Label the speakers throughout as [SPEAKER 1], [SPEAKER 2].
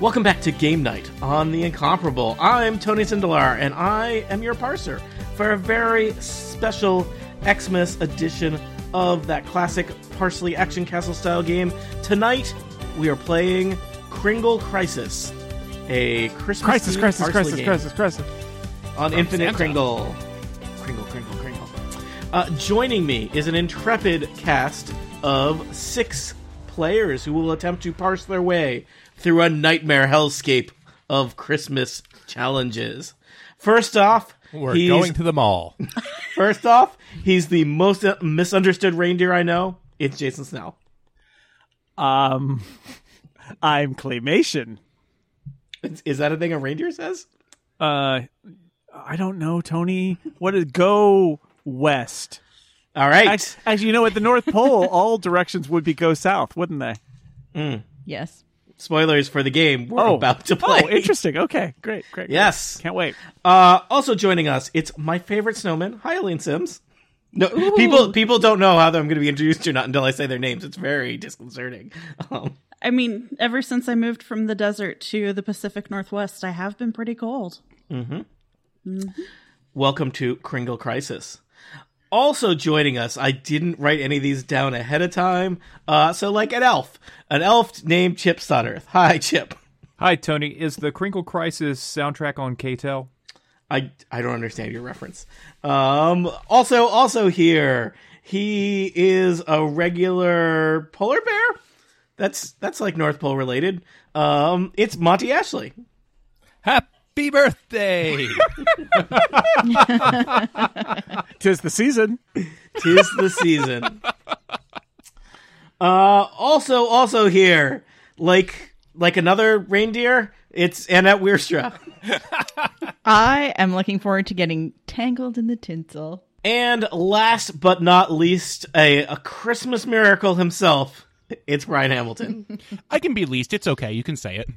[SPEAKER 1] Welcome back to Game Night on The Incomparable. I'm Tony Sindelar, and I am your parser for a very special Xmas edition of that classic Parsley Action Castle style game. Tonight, we are playing Kringle Crisis, a Christmas
[SPEAKER 2] Crisis, crisis,
[SPEAKER 1] parsley
[SPEAKER 2] crisis,
[SPEAKER 1] game
[SPEAKER 2] crisis, crisis.
[SPEAKER 1] on Infinite
[SPEAKER 3] Santa.
[SPEAKER 1] Kringle. Kringle, Kringle, Kringle. Uh, joining me is an intrepid cast of six players who will attempt to parse their way through a nightmare hellscape of Christmas challenges. First off,
[SPEAKER 4] We're
[SPEAKER 1] he's,
[SPEAKER 4] going to the mall.
[SPEAKER 1] first off, he's the most uh, misunderstood reindeer I know. It's Jason Snell.
[SPEAKER 2] Um, I'm claymation.
[SPEAKER 1] Is, is that a thing a reindeer says?
[SPEAKER 2] Uh, I don't know, Tony. What is go west?
[SPEAKER 1] All right.
[SPEAKER 2] Act- Actually, you know, at the North Pole, all directions would be go south, wouldn't they?
[SPEAKER 5] Yes.
[SPEAKER 1] Spoilers for the game we're
[SPEAKER 2] Oh.
[SPEAKER 1] about to play.
[SPEAKER 2] Oh, interesting. Okay, great, great. great.
[SPEAKER 1] Yes.
[SPEAKER 2] can't wait.
[SPEAKER 1] Uh, also joining us, it's my favorite snowman, Hylian Sims. No, people people don't know how I'm going to be introduced to not until I say their names. It's very disconcerting. Um,
[SPEAKER 5] I mean, ever since I moved from the desert to the Pacific Northwest, I have been pretty cold.
[SPEAKER 1] welcome to Kringle Crisis. Also joining us, I didn't write any of these down ahead of time. Uh, so like an elf, an elf named Chip Sutterth. Hi, Chip.
[SPEAKER 3] Hi, Tony. Is the Crinkle Crisis soundtrack on KTEL?
[SPEAKER 1] I I don't understand your reference. Um also also here, he is a regular polar bear. That's that's like North Pole related. Um it's Monty Ashley.
[SPEAKER 4] Happy birthday!
[SPEAKER 2] Tis the season.
[SPEAKER 1] Tis the season. Uh also also here, like like another reindeer, it's Annette Weirstra.
[SPEAKER 5] I am looking forward to getting tangled in the tinsel.
[SPEAKER 1] And last but not least, a, a Christmas miracle himself. It's Brian Hamilton.
[SPEAKER 6] I can be least. It's okay. You can say it.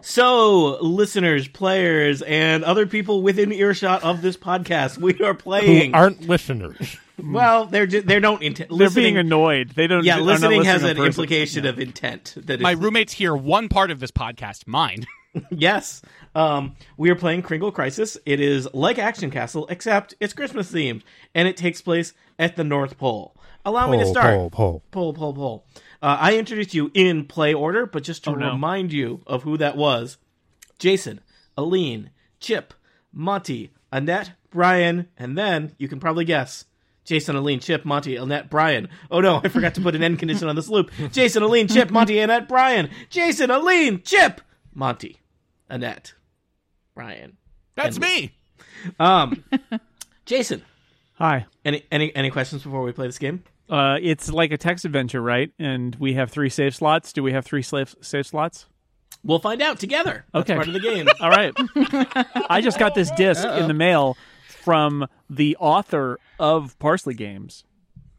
[SPEAKER 1] So, listeners, players, and other people within earshot of this podcast, we are playing.
[SPEAKER 6] aren't listeners.
[SPEAKER 1] well, they're ju- they don't intent.
[SPEAKER 2] They're
[SPEAKER 1] Listening,
[SPEAKER 2] being annoyed. They don't.
[SPEAKER 1] yeah,
[SPEAKER 2] they're not
[SPEAKER 1] listening has
[SPEAKER 2] in
[SPEAKER 1] an
[SPEAKER 2] person.
[SPEAKER 1] implication of intent. That
[SPEAKER 6] My
[SPEAKER 1] is-
[SPEAKER 6] roommates hear one part of this podcast, mine.
[SPEAKER 1] yes, um, we are playing Kringle Crisis. It is like Action Castle, except it's Christmas themed, and it takes place at the North Pole. Allow me to start. Pull, pull, pull. Uh, I introduced you in play order, but just to remind you of who that was Jason, Aline, Chip, Monty, Annette, Brian, and then you can probably guess Jason, Aline, Chip, Monty, Annette, Brian. Oh no, I forgot to put an end condition on this loop. Jason, Aline, Chip, Monty, Annette, Brian. Jason, Aline, Chip, Monty, Annette, Brian.
[SPEAKER 6] That's me.
[SPEAKER 1] Um, Jason,
[SPEAKER 2] Hi.
[SPEAKER 1] any, any any questions before we play this game?
[SPEAKER 2] Uh, it's like a text adventure, right? And we have three save slots. Do we have three slave, save slots?
[SPEAKER 1] We'll find out together. That's
[SPEAKER 2] Okay.
[SPEAKER 1] part of the game.
[SPEAKER 2] All right. I just got this disk in the mail from the author of Parsley Games,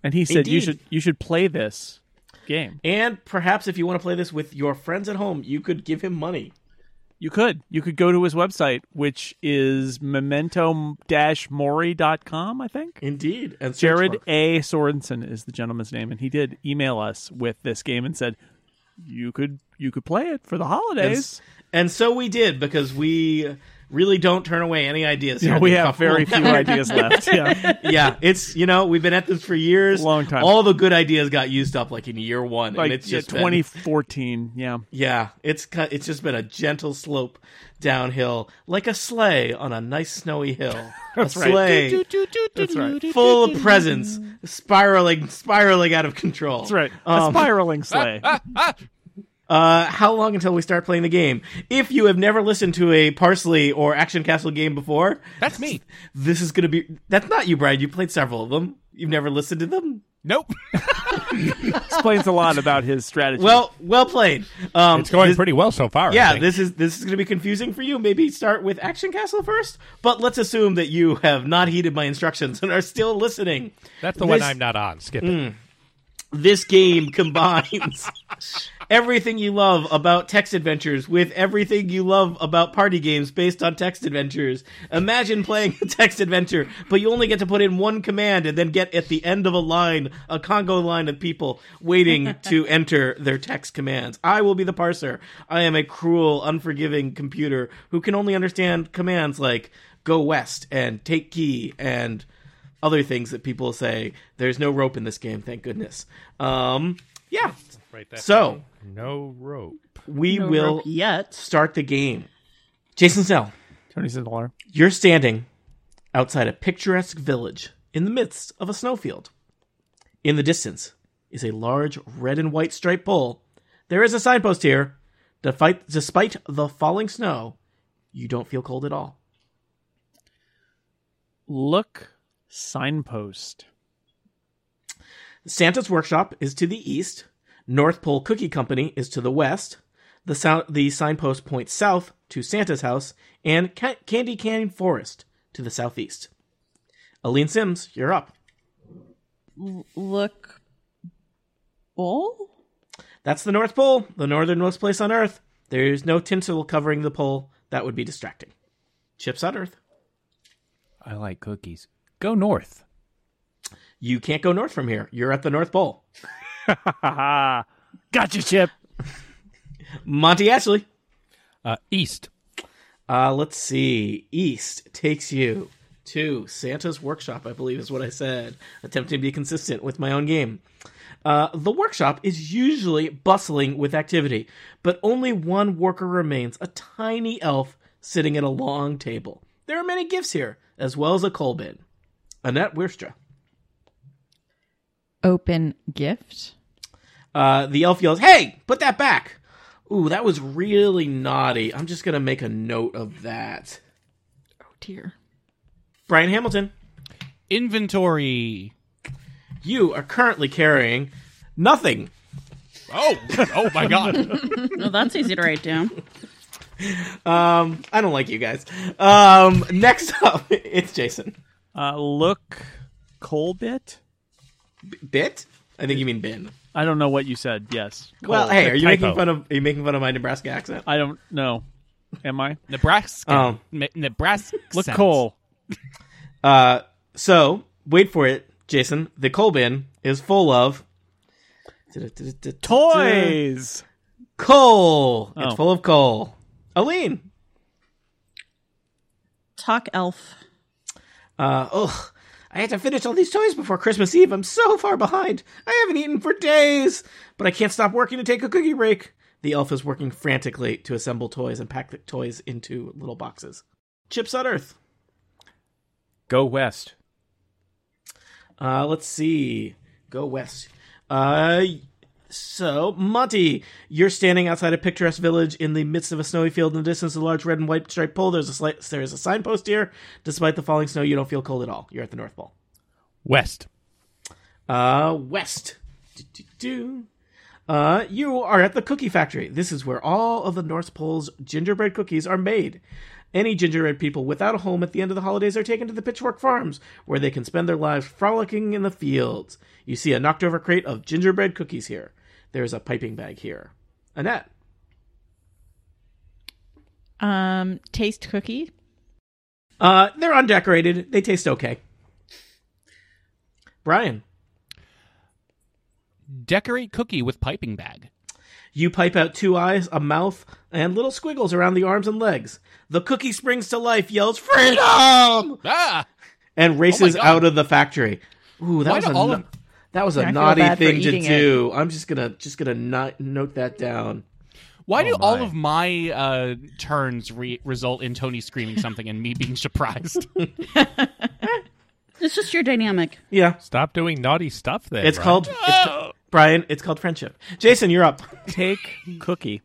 [SPEAKER 2] and he said you
[SPEAKER 1] Indeed.
[SPEAKER 2] should you should play this game.
[SPEAKER 1] And perhaps if you want to play this with your friends at home, you could give him money.
[SPEAKER 2] You could you could go to his website, which is memento-mori.com, I think.
[SPEAKER 1] Indeed. And search
[SPEAKER 2] Jared
[SPEAKER 1] for-
[SPEAKER 2] A. Sorensen is the gentleman's name, and he did email us with this game and said you could you could play it for the holidays.
[SPEAKER 1] And so we did because we really don't turn away any ideas. here
[SPEAKER 2] Yeah,
[SPEAKER 1] at
[SPEAKER 2] we
[SPEAKER 1] the
[SPEAKER 2] have
[SPEAKER 1] Cuffle.
[SPEAKER 2] very few ideas left. Yeah.
[SPEAKER 1] yeah, it's you know we've been at this for years.
[SPEAKER 2] Long time.
[SPEAKER 1] All the good ideas got used up like in year one,
[SPEAKER 2] Like
[SPEAKER 1] and it's
[SPEAKER 2] yeah,
[SPEAKER 1] just been-
[SPEAKER 2] 2014, yeah.
[SPEAKER 1] yeah, it's cu- it's just been a gentle slope downhill, like a sleigh on a nice snowy hill. a
[SPEAKER 2] right.
[SPEAKER 1] sleigh
[SPEAKER 2] That's right.
[SPEAKER 1] full of presents, spiraling spiraling out of control.
[SPEAKER 2] That's right.
[SPEAKER 7] Um,
[SPEAKER 2] a spiraling sleigh.
[SPEAKER 1] Uh, how long until we start playing the game? If you have never listened to a Parsley or Action Castle game before,
[SPEAKER 6] That's me.
[SPEAKER 1] this is going to be. That's not you, Brian. You played several of them. You've never listened to them.
[SPEAKER 6] Nope.
[SPEAKER 2] Explains a lot about his strategy.
[SPEAKER 1] Well, well played. Um,
[SPEAKER 4] It's going
[SPEAKER 1] this-
[SPEAKER 4] pretty well so far. I
[SPEAKER 1] Yeah,
[SPEAKER 4] think.
[SPEAKER 1] this is this is going to be confusing for you. Maybe start with Action Castle first, but let's assume that you have not heeded my instructions and are still listening.
[SPEAKER 4] that's the one
[SPEAKER 1] this-
[SPEAKER 4] I'm not on. Skip it.
[SPEAKER 1] This game combines everything you love about text adventures with everything you love about party games based on text adventures. Imagine playing a text adventure, but you only get to put in one command and then get at the end of a line, a Congo line of people waiting to enter their text commands. I will be the parser. I am a cruel, unforgiving computer who can only understand commands like go west and take key and other things that people say. There's no rope in this game, thank goodness. Um, yeah.
[SPEAKER 4] Right there.
[SPEAKER 1] So
[SPEAKER 4] no rope.
[SPEAKER 1] we
[SPEAKER 5] No
[SPEAKER 1] will
[SPEAKER 5] rope yet.
[SPEAKER 1] start the game. Jason Snell,
[SPEAKER 2] Tony Sindelar.
[SPEAKER 1] you're standing outside a picturesque village in the midst of a snowfield. In the distance is a large red and white striped pole. There is a signpost here. Defi- despite the falling snow, you don't feel cold at all.
[SPEAKER 2] Look signpost.
[SPEAKER 1] Santa's workshop is to the east. North Pole Cookie Company is to the west. The, sou- the signpost points south to Santa's house and Ca- Candy Cane Forest to the southeast. Aline Sims, you're up.
[SPEAKER 5] Look, bull.
[SPEAKER 1] That's the North Pole, the northernmost place on Earth. There's no tinsel covering the pole. That would be distracting. Chips on Earth.
[SPEAKER 3] I like cookies. Go north.
[SPEAKER 1] You can't go north from here. You're at the North Pole.
[SPEAKER 2] Haha. Gotcha, Chip.
[SPEAKER 1] Monty Ashley.
[SPEAKER 4] Uh, east.
[SPEAKER 1] Uh, let's see. East takes you to Santa's workshop, I believe is what I said, attempting to be consistent with my own game. Uh, the workshop is usually bustling with activity, but only one worker remains a tiny elf sitting at a long table. There are many gifts here, as well as a coal bin. Annette Weirstra.
[SPEAKER 8] Open gift.
[SPEAKER 1] Uh, the elf yells, Hey, put that back! Ooh, that was really naughty. I'm just going to make a note of that.
[SPEAKER 8] Oh dear.
[SPEAKER 1] Brian Hamilton.
[SPEAKER 6] Inventory.
[SPEAKER 1] You are currently carrying nothing.
[SPEAKER 6] Oh, oh my God.
[SPEAKER 5] Well, that's easy to write down.
[SPEAKER 1] Um, I don't like you guys. Um, next up, it's Jason.
[SPEAKER 2] Uh, look coal bit.
[SPEAKER 1] B- Bit? I think you mean bin.
[SPEAKER 2] I don't know what you said. Yes.
[SPEAKER 1] well, hey, are you making
[SPEAKER 4] typo.
[SPEAKER 1] fun of? Are you making fun of my Nebraska accent?
[SPEAKER 2] I don't know. Am I?
[SPEAKER 6] Nebraska.
[SPEAKER 3] Uh,
[SPEAKER 1] Um,
[SPEAKER 6] Ne- Nebraska.
[SPEAKER 2] Look
[SPEAKER 6] sense.
[SPEAKER 2] coal.
[SPEAKER 1] Uh, so wait for it, Jason. The coal bin is full of
[SPEAKER 2] Toys.
[SPEAKER 1] Coal. It's
[SPEAKER 2] Oh.
[SPEAKER 1] full of coal. Aline.
[SPEAKER 5] Talk elf.
[SPEAKER 1] Uh, ugh. I had to finish all these toys before Christmas Eve. I'm so far behind. I haven't eaten for days. But I can't stop working to take a cookie break. The elf is working frantically to assemble toys and pack the toys into little boxes. Chips on Earth.
[SPEAKER 3] Go west.
[SPEAKER 1] Uh, let's see. Go west. Uh, so, Monty, you're standing outside a picturesque village in the midst of a snowy field. In the distance, a large red and white striped pole. There's a slight, there's a signpost here. Despite the falling snow, you don't feel cold at all. You're at the North Pole.
[SPEAKER 4] West.
[SPEAKER 1] Uh, west. Do-do-do. Uh, you are at the cookie factory. This is where all of the North Pole's gingerbread cookies are made. Any gingerbread people without a home at the end of the holidays are taken to the pitchfork farms, where they can spend their lives frolicking in the fields. You see a knocked over crate of gingerbread cookies here. There's a piping bag here. Annette.
[SPEAKER 8] Um, taste cookie.
[SPEAKER 1] Uh, they're undecorated. They taste okay. Brian.
[SPEAKER 6] Decorate cookie with piping bag.
[SPEAKER 1] You pipe out two eyes, a mouth, and little squiggles around the arms and legs. The cookie springs to life, yells "Freedom!"
[SPEAKER 6] Ah,
[SPEAKER 1] and races
[SPEAKER 6] God.
[SPEAKER 1] out of the factory. Ooh, that
[SPEAKER 6] Why
[SPEAKER 1] was
[SPEAKER 6] do
[SPEAKER 1] a
[SPEAKER 6] all
[SPEAKER 1] na-
[SPEAKER 6] of-
[SPEAKER 1] that was
[SPEAKER 8] I
[SPEAKER 1] a
[SPEAKER 8] feel
[SPEAKER 1] naughty
[SPEAKER 8] bad for
[SPEAKER 1] thing to
[SPEAKER 8] eating it.
[SPEAKER 1] do. I'm just gonna just gonna not note that down.
[SPEAKER 6] Why do all
[SPEAKER 3] Oh my.
[SPEAKER 6] of my uh, turns re- result in Tony screaming something and me being surprised?
[SPEAKER 5] It's just your dynamic.
[SPEAKER 1] Yeah,
[SPEAKER 4] Stop doing naughty stuff. Then
[SPEAKER 1] it's
[SPEAKER 4] Ryan.
[SPEAKER 1] called it's ca- Brian. It's called friendship. Jason, you're up.
[SPEAKER 2] Take cookie.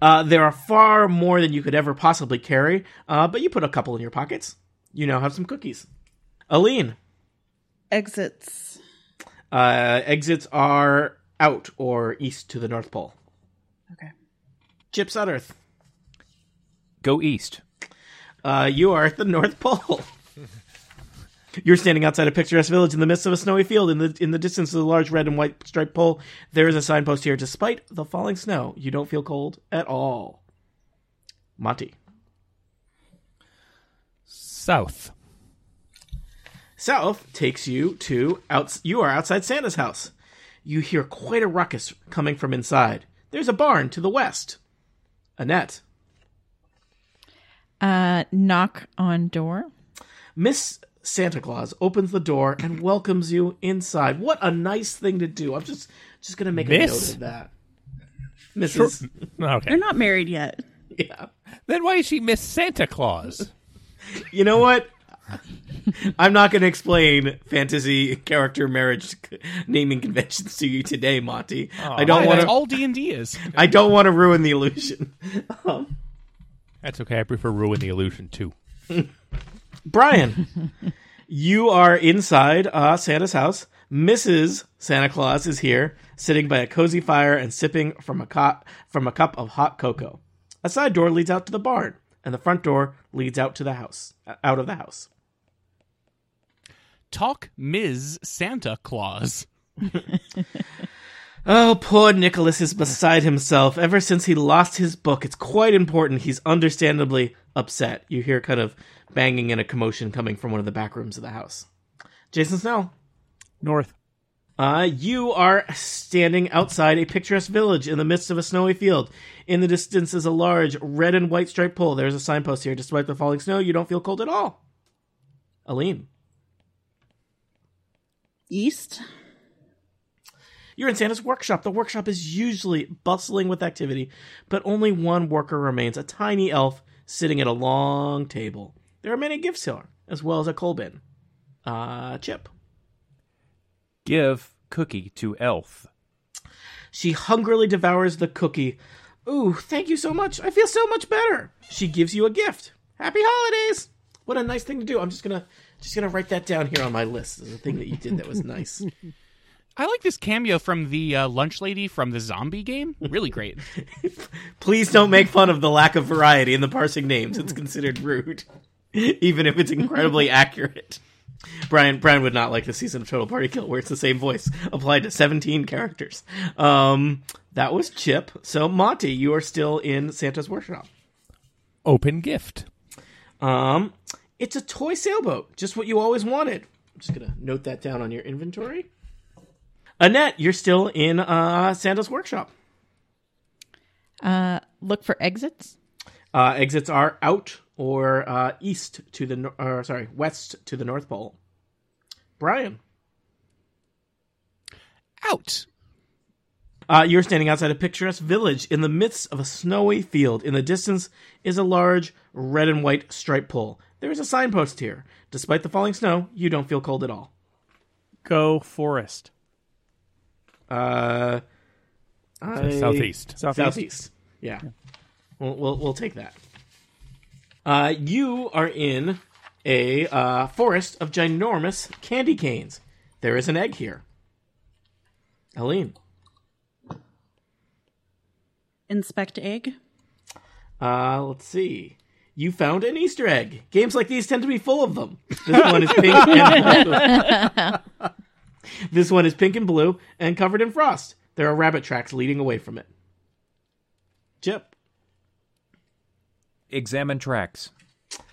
[SPEAKER 1] Uh, there are far more than you could ever possibly carry, uh, but you put a couple in your pockets. You now have some cookies. Aline,
[SPEAKER 5] Exits.
[SPEAKER 1] uh, exits are out or east to the North Pole.
[SPEAKER 5] Okay.
[SPEAKER 1] Chips on Earth.
[SPEAKER 3] Go east.
[SPEAKER 1] Uh, you are at the North Pole. You're standing outside a picturesque village in the midst of a snowy field. In the in the distance is a large red and white striped pole. There is a signpost here. Despite the falling snow, you don't feel cold at all. Monty.
[SPEAKER 4] South.
[SPEAKER 1] South takes you to out. You are outside Santa's house. You hear quite a ruckus coming from inside. There's a barn to the west. Annette,
[SPEAKER 8] Uh, knock on door.
[SPEAKER 1] Miss Santa Claus opens the door and welcomes you inside. What a nice thing to do! I'm just just gonna make a note
[SPEAKER 4] Miss?
[SPEAKER 1] of that. Mrs.
[SPEAKER 4] Okay.
[SPEAKER 5] They're not married yet.
[SPEAKER 1] Yeah.
[SPEAKER 4] Then why is she Miss Santa Claus?
[SPEAKER 1] You know what? I'm not going to explain fantasy character marriage c- naming conventions to you today, Monty. I don't
[SPEAKER 6] Oh, Why,
[SPEAKER 1] want
[SPEAKER 6] that's
[SPEAKER 1] to.
[SPEAKER 6] all D and D is.
[SPEAKER 1] I don't want to ruin the illusion. Um,
[SPEAKER 4] That's okay. I prefer Ruin the Illusion too.
[SPEAKER 1] Brian, you are inside uh, Santa's house. Mrs. Santa Claus is here, sitting by a cozy fire and sipping from a cup from a cup of hot cocoa. A side door leads out to the barn, and the front door leads out to the house. Out of the house.
[SPEAKER 6] Talk Ms. Santa Claus.
[SPEAKER 1] Oh, poor Nicholas is beside himself. Ever since he lost his book, it's quite important. He's understandably upset. You hear kind of banging and a commotion coming from one of the back rooms of the house. Jason Snell,
[SPEAKER 2] North.
[SPEAKER 1] uh, you are standing outside a picturesque village in the midst of a snowy field. In the distance is a large red and white striped pole. There's a signpost here. Despite the falling snow, you don't feel cold at all. Aline,
[SPEAKER 5] East.
[SPEAKER 1] you're in Santa's workshop. The workshop is usually bustling with activity, but only one worker remains a tiny elf sitting at a long table. There are many gifts here, as well as a coal bin. Uh, Chip.
[SPEAKER 7] Give cookie to elf.
[SPEAKER 1] She hungrily devours the cookie. Ooh, thank you so much. I feel so much better. She gives you a gift. Happy holidays. What a nice thing to do. I'm just gonna just gonna write that down here on my list. as a thing that you did that was nice.
[SPEAKER 6] I like this cameo from the uh, lunch lady from the zombie game. Really great.
[SPEAKER 1] Please don't make fun of the lack of variety in the parsing names. It's considered rude, even if it's incredibly accurate. Brian Brian would not like the season of Total Party Kill, where it's the same voice applied to 17 characters. Um, that was Chip. So Monty, you are still in Santa's workshop.
[SPEAKER 4] Open gift.
[SPEAKER 1] Um, it's a toy sailboat, just what you always wanted. I'm just gonna note that down on your inventory. Annette, you're still in uh, Santa's workshop.
[SPEAKER 8] Uh, look for exits.
[SPEAKER 1] Uh, exits are out or uh, east to the nor- or sorry west to the North Pole. Brian,
[SPEAKER 6] Out.
[SPEAKER 1] uh, you're standing outside a picturesque village in the midst of a snowy field. In the distance is a large red and white striped pole. There is a signpost here. Despite the falling snow, you don't feel cold at all.
[SPEAKER 2] Go forest.
[SPEAKER 1] Uh, I-
[SPEAKER 4] Southeast.
[SPEAKER 2] Southeast.
[SPEAKER 1] Southeast. Yeah. We'll, we'll we'll take that. Uh, you are in a uh, forest of ginormous candy canes. There is an egg here. Helene.
[SPEAKER 5] Inspect egg.
[SPEAKER 1] Uh, let's see. You found an Easter egg. Games like these tend to be full of them. This one is pink and blue. this one is pink and blue and covered in frost. There are rabbit tracks leading away from it. Chip.
[SPEAKER 7] Examine tracks.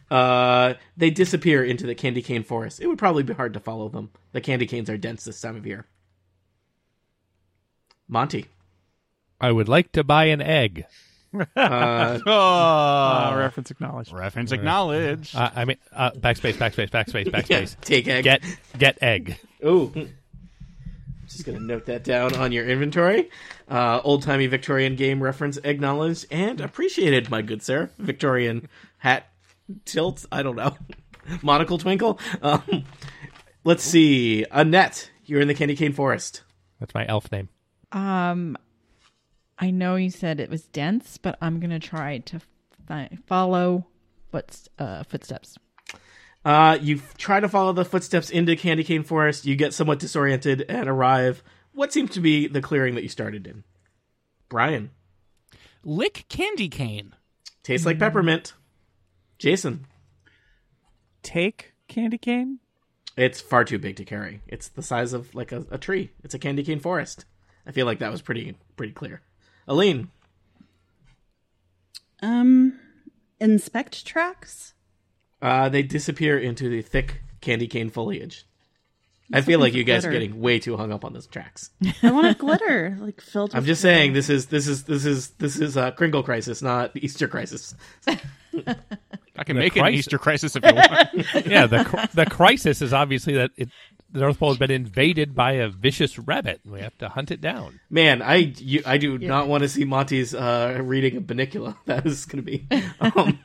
[SPEAKER 1] Uh, they disappear into the candy cane forest. It would probably be hard to follow them. The candy canes are dense this time of year. Monty,
[SPEAKER 4] I would like to buy an egg.
[SPEAKER 7] Ah,
[SPEAKER 2] Uh, reference acknowledged.
[SPEAKER 6] Reference acknowledged.
[SPEAKER 4] Uh, I mean, uh, backspace, backspace, backspace,
[SPEAKER 1] yeah,
[SPEAKER 4] backspace.
[SPEAKER 1] take egg.
[SPEAKER 4] Get get egg.
[SPEAKER 1] Ooh. Just gonna note that down on your inventory. Uh, Old timey Victorian game reference acknowledged and appreciated, my good sir. Victorian hat tilt. I don't know. Monocle twinkle. Um, let's see. Annette, you're in the candy cane forest.
[SPEAKER 4] That's my elf name.
[SPEAKER 8] Um, I know you said it was dense, but I'm gonna try to fi- follow what's uh, footsteps.
[SPEAKER 1] Uh, you f- try to follow the footsteps into Candy Cane Forest. You get somewhat disoriented and arrive what seems to be the clearing that you started in. Brian,
[SPEAKER 6] Lick candy cane.
[SPEAKER 1] tastes like peppermint. Jason,
[SPEAKER 2] Take candy cane.
[SPEAKER 1] It's far too big to carry. It's the size of like a, a tree. It's a candy cane forest. I feel like that was pretty pretty clear. Aline,
[SPEAKER 5] Um, inspect tracks.
[SPEAKER 1] uh, they disappear into the thick candy cane foliage. I feel like you guys are
[SPEAKER 5] better.
[SPEAKER 1] getting way too hung up on those tracks.
[SPEAKER 5] I want a glitter, like filled.
[SPEAKER 1] I'm
[SPEAKER 5] with
[SPEAKER 1] just saying this is this is this is this is uh, Kringle crisis, not Easter crisis.
[SPEAKER 6] I can make it an
[SPEAKER 4] crisis.
[SPEAKER 6] Easter crisis if you want.
[SPEAKER 4] yeah, the cr- the crisis is obviously that it, the North Pole has been invaded by a vicious rabbit. We have to hunt it down.
[SPEAKER 1] Man, I you, I do not want to see Monty's uh, reading of Benicula. That is going to be. Um,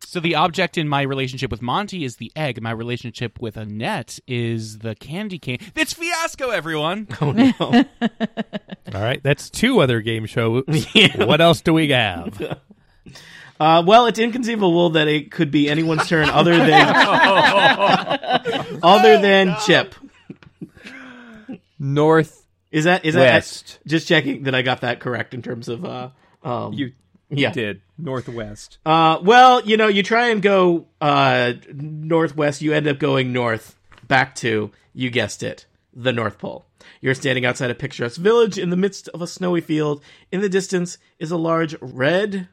[SPEAKER 6] so the object in my relationship with Monty is the egg. My relationship with Annette is the candy cane. It's fiasco, everyone.
[SPEAKER 1] oh no!
[SPEAKER 4] All right, that's two other game shows. What else do we have?
[SPEAKER 1] Uh, well, it's inconceivable that it could be anyone's turn other than other than Chip.
[SPEAKER 7] North.
[SPEAKER 1] Is that is
[SPEAKER 7] West.
[SPEAKER 1] that just checking that I got that correct in terms of uh um
[SPEAKER 3] You
[SPEAKER 1] yeah
[SPEAKER 3] did northwest.
[SPEAKER 1] uh well you know you try and go uh northwest you end up going north back to you guessed it the North Pole. You're standing outside a picturesque village in the midst of a snowy field. In the distance is a large red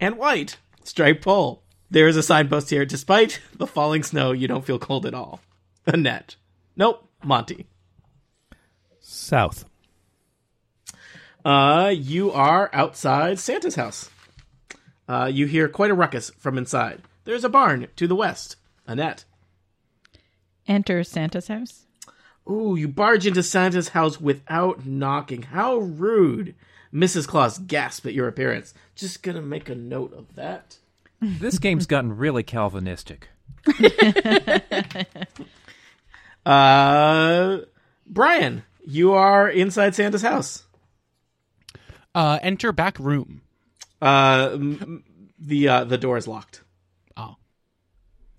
[SPEAKER 1] and white striped pole. There is a signpost here. Despite the falling snow, you don't feel cold at all. Annette. Nope. Monty.
[SPEAKER 4] South.
[SPEAKER 1] Uh, you are outside Santa's house. Uh, you hear quite a ruckus from inside. There's a barn to the west. Annette.
[SPEAKER 8] Enter Santa's house.
[SPEAKER 1] Ooh, you barge into Santa's house without knocking. How rude. Mrs. Claus gasps at your appearance. Just gonna make a note of that.
[SPEAKER 7] This game's gotten really Calvinistic.
[SPEAKER 1] Uh, Brian, you are inside Santa's house.
[SPEAKER 6] Uh, enter back room.
[SPEAKER 1] Uh, m- m- the uh, the door is locked.
[SPEAKER 6] Oh.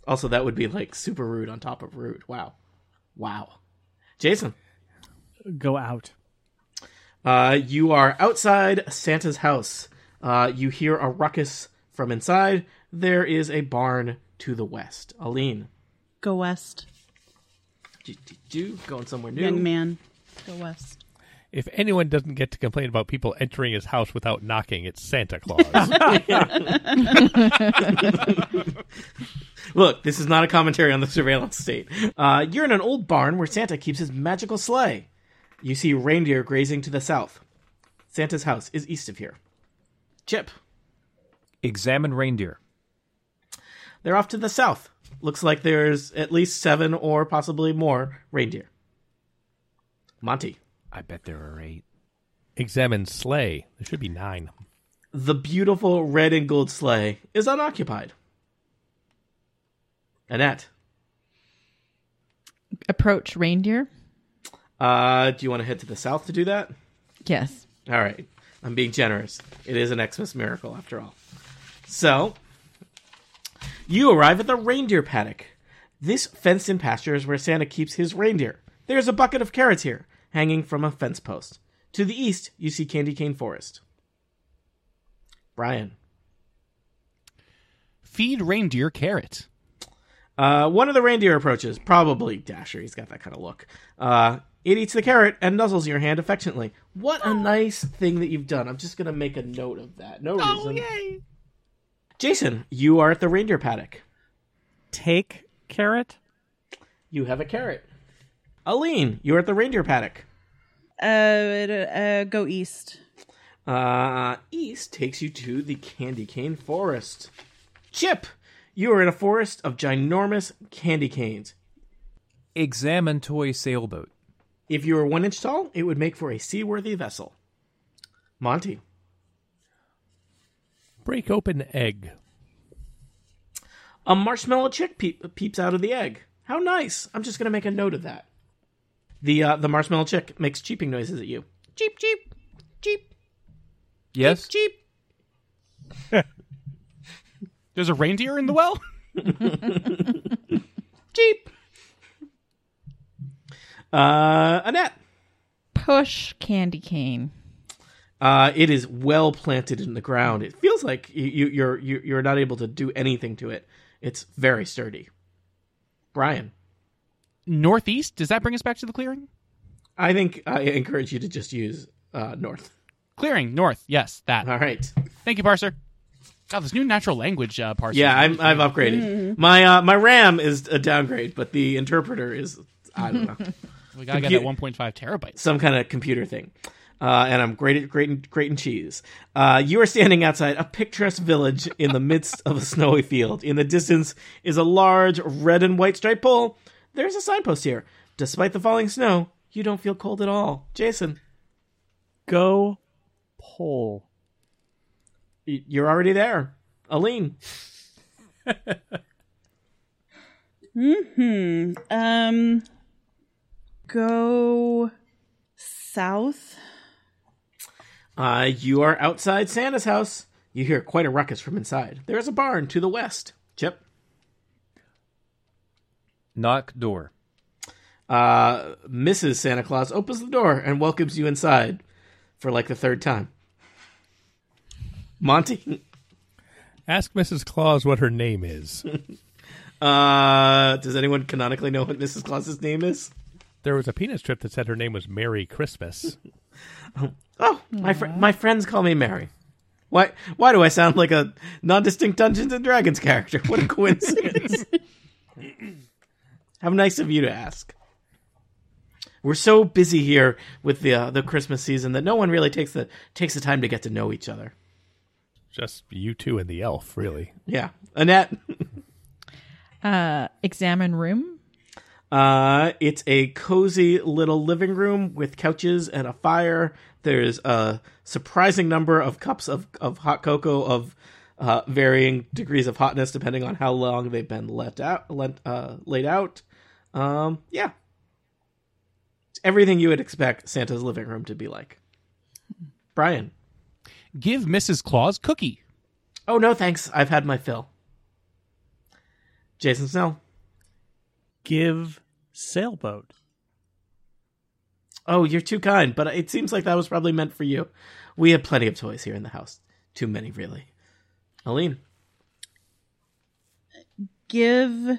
[SPEAKER 1] Also, that would be like super rude on top of rude. Wow, wow. Jason.
[SPEAKER 2] Go out.
[SPEAKER 1] Uh, you are outside Santa's house. Uh, you hear a ruckus from inside. There is a barn to the west. Aline,
[SPEAKER 5] Go west,
[SPEAKER 1] do, do, do, going somewhere new.
[SPEAKER 5] young man. Go west.
[SPEAKER 4] If anyone doesn't get to complain about people entering his house without knocking, it's Santa Claus.
[SPEAKER 1] Look, this is not a commentary on the surveillance state. Uh, you're in an old barn where Santa keeps his magical sleigh. You see reindeer grazing to the south. Santa's house is east of here. Chip,
[SPEAKER 7] Examine reindeer.
[SPEAKER 1] they're off to the south. Looks like there's at least seven or possibly more reindeer. Monty.
[SPEAKER 7] I bet there are eight.
[SPEAKER 4] Examine sleigh. There should be nine.
[SPEAKER 1] the beautiful red and gold sleigh is unoccupied. Annette,
[SPEAKER 8] Approach reindeer.
[SPEAKER 1] uh, do you want to head to the south to do that?
[SPEAKER 8] Yes.
[SPEAKER 1] All right. I'm being generous. It is an Xmas miracle, after all. So, you arrive at the reindeer paddock. This fenced in pasture is where Santa keeps his reindeer. There's a bucket of carrots here, hanging from a fence post. To the east, you see Candy Cane Forest. Brian.
[SPEAKER 6] Feed reindeer carrot.
[SPEAKER 1] Uh, one of the reindeer approaches, probably Dasher. He's got that kind of look. Uh, it eats the carrot and nuzzles your hand affectionately. What a nice thing that you've done. I'm just gonna make a note of that. No reason. Jason, you are at the reindeer paddock.
[SPEAKER 2] Take carrot.
[SPEAKER 1] You have a carrot. Aline, you're at the reindeer paddock.
[SPEAKER 5] Uh, uh, go east.
[SPEAKER 1] Uh, east takes you to the candy cane forest. Chip, you are in a forest of ginormous candy canes.
[SPEAKER 7] Examine toy sailboat.
[SPEAKER 1] If you were one inch tall, it would make for a seaworthy vessel. Monty.
[SPEAKER 4] Break open egg.
[SPEAKER 1] A marshmallow chick peep, peeps out of the egg. How nice! I'm just gonna make a note of that. The uh, the marshmallow chick makes cheeping noises at you. Cheep cheep, cheep
[SPEAKER 7] Yes?
[SPEAKER 1] cheep.
[SPEAKER 6] There's a reindeer in the well.
[SPEAKER 1] cheep. Uh, Annette.
[SPEAKER 8] Push candy cane.
[SPEAKER 1] Uh, it is well planted in the ground. It feels like you, you, you're you, you're not able to do anything to it. It's very sturdy. Brian.
[SPEAKER 6] northeast. Does that bring us back to the clearing?
[SPEAKER 1] I think I encourage you to just use uh, north.
[SPEAKER 6] Clearing north. Yes, that.
[SPEAKER 1] All right.
[SPEAKER 6] Thank you, parser. God, this new natural language uh, parser.
[SPEAKER 1] Yeah, I'm, I've upgraded. My uh, my RAM is a downgrade, but the interpreter is I don't know
[SPEAKER 6] we gotta get
[SPEAKER 1] Compu-
[SPEAKER 6] that 1.5 terabytes.
[SPEAKER 1] some kind of computer thing. Uh, and I'm great at great and, great and cheese. Uh, you are standing outside a picturesque village in the midst of a snowy field. In the distance is a large red and white striped pole. There's a signpost here. Despite the falling snow, you don't feel cold at all. Jason,
[SPEAKER 2] Go pole.
[SPEAKER 1] y- you're already there. Aline,
[SPEAKER 5] Hmm. Um. Go south.
[SPEAKER 1] uh, you are outside Santa's house. You hear quite a ruckus from inside. There is a barn to the west. Chip.
[SPEAKER 7] Knock door.
[SPEAKER 1] uh, Mrs. Santa Claus opens the door and welcomes you inside for like the third time. Monty,
[SPEAKER 4] Ask Mrs. Claus what her name is.
[SPEAKER 1] uh, does anyone canonically know what Mrs. Claus's name is?
[SPEAKER 4] there was a penis trip that said her name was Merry Christmas.
[SPEAKER 1] Oh, my fr- my friends call me Mary. Why why do I sound like a non-distinct Dungeons and Dragons character? What a coincidence. How nice of you to ask. We're so busy here with the uh, the Christmas season that no one really takes the takes the time to get to know each other.
[SPEAKER 4] Just you two and the elf, really.
[SPEAKER 1] Yeah. Annette
[SPEAKER 8] Uh, examine room.
[SPEAKER 1] Uh, it's a cozy little living room with couches and a fire. There's a surprising number of cups of, of hot cocoa of uh, varying degrees of hotness, depending on how long they've been let out, lent, uh, laid out. Um, yeah, it's everything you would expect Santa's living room to be like. Brian,
[SPEAKER 6] Give Mrs. Claus cookie.
[SPEAKER 1] oh no, thanks. I've had my fill. Jason Snell,
[SPEAKER 2] Give sailboat.
[SPEAKER 1] Oh, you're too kind, but it seems like that was probably meant for you. We have plenty of toys here in the house. Too many, really. Aline.
[SPEAKER 5] Give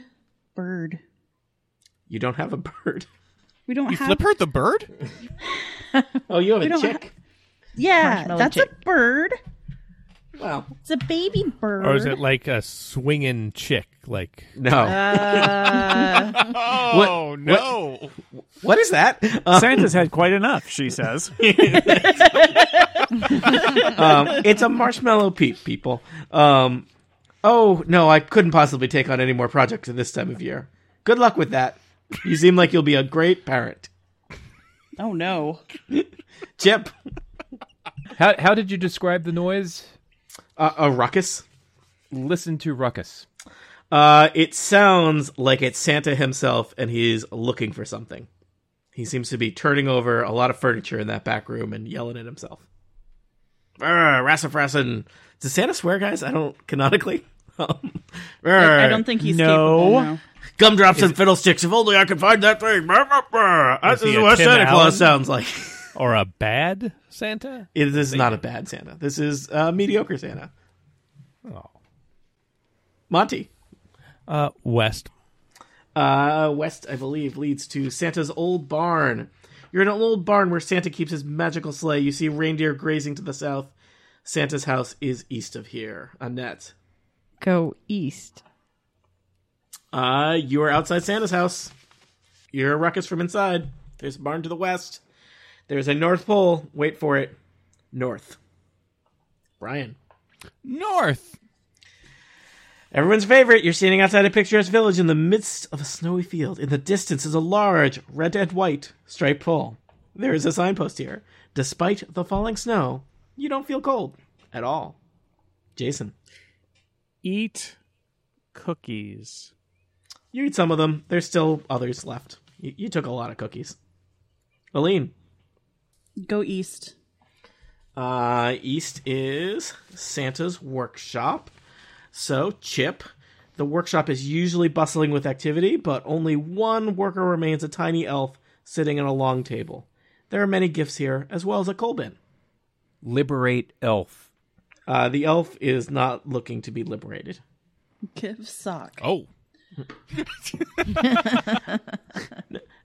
[SPEAKER 5] bird.
[SPEAKER 1] You don't have a bird.
[SPEAKER 5] We don't
[SPEAKER 6] You
[SPEAKER 8] Uh-huh.
[SPEAKER 5] have.
[SPEAKER 6] flip her the bird?
[SPEAKER 1] Oh, you have
[SPEAKER 5] We
[SPEAKER 1] a
[SPEAKER 5] don't
[SPEAKER 1] chick?
[SPEAKER 5] Yeah,
[SPEAKER 8] Marshmallow
[SPEAKER 5] that's
[SPEAKER 8] chick.
[SPEAKER 5] a bird.
[SPEAKER 1] Wow.
[SPEAKER 5] It's a baby bird.
[SPEAKER 4] Or Oh, is it like a swinging chick? Like
[SPEAKER 1] No.
[SPEAKER 8] Uh,
[SPEAKER 6] Oh, no.
[SPEAKER 1] what is that? Uh,
[SPEAKER 2] Santa's had quite enough, she says.
[SPEAKER 1] um, it's a marshmallow peep, people. Um, oh, no, I couldn't possibly take on any more projects at this time of year. Good luck with that. You seem like you'll be a great parent.
[SPEAKER 5] Oh no.
[SPEAKER 1] Chip.
[SPEAKER 7] How how did you describe the noise?
[SPEAKER 1] Uh, a ruckus.
[SPEAKER 7] Listen to ruckus.
[SPEAKER 1] Uh, it sounds like it's Santa himself, and he's looking for something. He seems to be turning over a lot of furniture in that back room and yelling at himself. Arr, Rassafrassin. Does Santa swear, guys? I don't canonically. Um,
[SPEAKER 5] I, I
[SPEAKER 1] arr,
[SPEAKER 5] don't think he's
[SPEAKER 2] No.
[SPEAKER 5] capable. No.
[SPEAKER 1] gumdrops and fiddlesticks. If only I could find that thing. Brr, brr, brr. This
[SPEAKER 4] he
[SPEAKER 1] is
[SPEAKER 4] a
[SPEAKER 1] what
[SPEAKER 4] Tim
[SPEAKER 1] Santa
[SPEAKER 4] Allen?
[SPEAKER 1] Claus sounds like.
[SPEAKER 4] or a bad Santa?
[SPEAKER 1] It- this is not a bad Santa. This is uh, mediocre Santa.
[SPEAKER 4] Oh.
[SPEAKER 1] Monty.
[SPEAKER 4] Uh, West.
[SPEAKER 1] uh, west, I believe, leads to Santa's old barn. You're in an old barn where Santa keeps his magical sleigh. You see reindeer grazing to the south. Santa's house is east of here. Annette,
[SPEAKER 8] go east.
[SPEAKER 1] uh, you are outside Santa's house. You're a ruckus from inside. There's a barn to the west. There's a North Pole. Wait for it. North. Brian.
[SPEAKER 6] North.
[SPEAKER 1] Everyone's favorite, you're standing outside a picturesque village in the midst of a snowy field. In the distance is a large red and white striped pole. There is a signpost here. Despite the falling snow, you don't feel cold at all. Jason,
[SPEAKER 2] Eat cookies.
[SPEAKER 1] you eat some of them. There's still others left. You, you took a lot of cookies. Aline,
[SPEAKER 5] Go east.
[SPEAKER 1] uh, east is Santa's workshop. So, Chip, the workshop is usually bustling with activity, but only one worker remains a tiny elf sitting at a long table. There are many gifts here, as well as a coal bin.
[SPEAKER 7] Liberate elf.
[SPEAKER 1] Uh, the elf is not looking to be liberated.
[SPEAKER 5] Give sock.
[SPEAKER 6] Oh.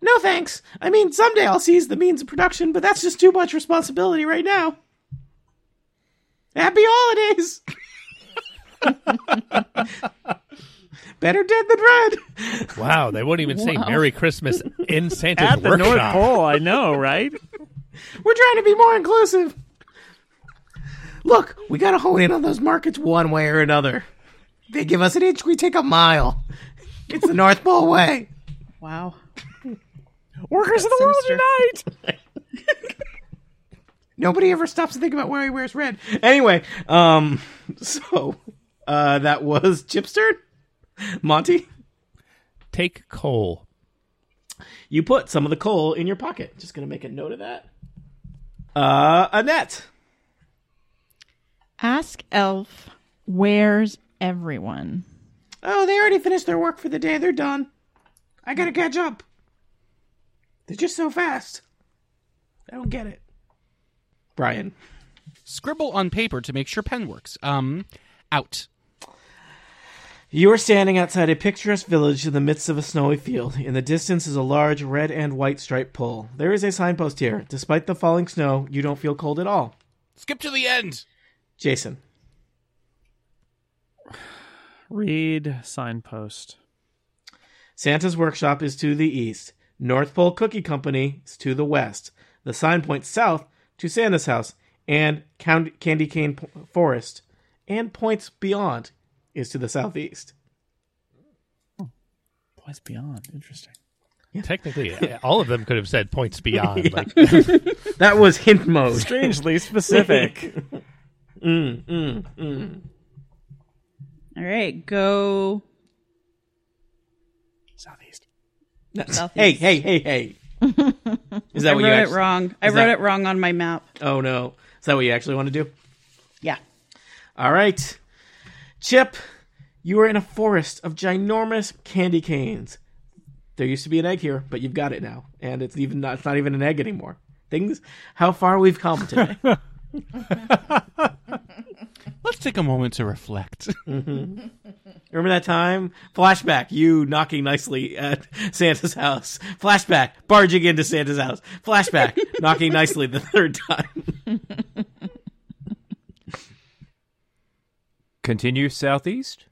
[SPEAKER 1] No thanks. I mean, someday I'll seize the means of production, but that's just too much responsibility right now. Happy holidays! Better dead than red.
[SPEAKER 4] Wow, they won't even say Merry Christmas in Santa's
[SPEAKER 2] At the
[SPEAKER 4] workshop.
[SPEAKER 2] North Pole, I know, right?
[SPEAKER 1] We're trying to be more inclusive. Look, we gotta hone in on those markets one way or another. They give us an inch, we take a mile. It's the North Pole way.
[SPEAKER 5] Wow.
[SPEAKER 2] Workers of the world
[SPEAKER 5] Sinister.
[SPEAKER 2] unite!
[SPEAKER 1] Nobody ever stops to think about why he wears red. Anyway, um, so uh, that was Chipster, Monty.
[SPEAKER 4] Take coal.
[SPEAKER 1] You put some of the coal in your pocket. Just gonna make a note of that. Uh, Annette.
[SPEAKER 8] Ask Elf, where's everyone?
[SPEAKER 1] Oh, they already finished their work for the day. They're done. I gotta catch up. They're just so fast. I don't get it. Brian.
[SPEAKER 6] Scribble on paper to make sure pen works. Um, out.
[SPEAKER 1] You are standing outside a picturesque village in the midst of a snowy field. In the distance is a large red and white striped pole. There is a signpost here. Despite the falling snow, you don't feel cold at all.
[SPEAKER 6] Skip to the end.
[SPEAKER 1] Jason.
[SPEAKER 2] Read signpost.
[SPEAKER 1] Santa's workshop is to the east. North Pole Cookie Company is to the west. The sign points south to Santa's house and Count- Candy Cane P- Forest, and points beyond is to the southeast.
[SPEAKER 2] What's beyond? Interesting.
[SPEAKER 4] Technically, uh, all of them could have said points beyond. like,
[SPEAKER 1] That was hint mode.
[SPEAKER 2] Strangely specific.
[SPEAKER 5] All right, go.
[SPEAKER 2] Southeast.
[SPEAKER 1] hey, hey, hey, hey. Is that
[SPEAKER 5] I
[SPEAKER 1] what you
[SPEAKER 5] wrote it
[SPEAKER 1] actually-
[SPEAKER 5] wrong. I
[SPEAKER 1] is
[SPEAKER 5] wrote
[SPEAKER 1] that-
[SPEAKER 5] it wrong on my map.
[SPEAKER 1] Oh no. Is that what you actually want to do?
[SPEAKER 5] Yeah.
[SPEAKER 1] All right. Chip, you are in a forest of ginormous candy canes. There used to be an egg here, but you've got it now, and it's even not, it's not even an egg anymore. Things how far we've come today.
[SPEAKER 6] Let's take a moment to reflect.
[SPEAKER 1] Remember that time? Flashback, you knocking nicely at Santa's house. Flashback, barging into Santa's house. Flashback, knocking nicely the third time.
[SPEAKER 3] Continue southeast.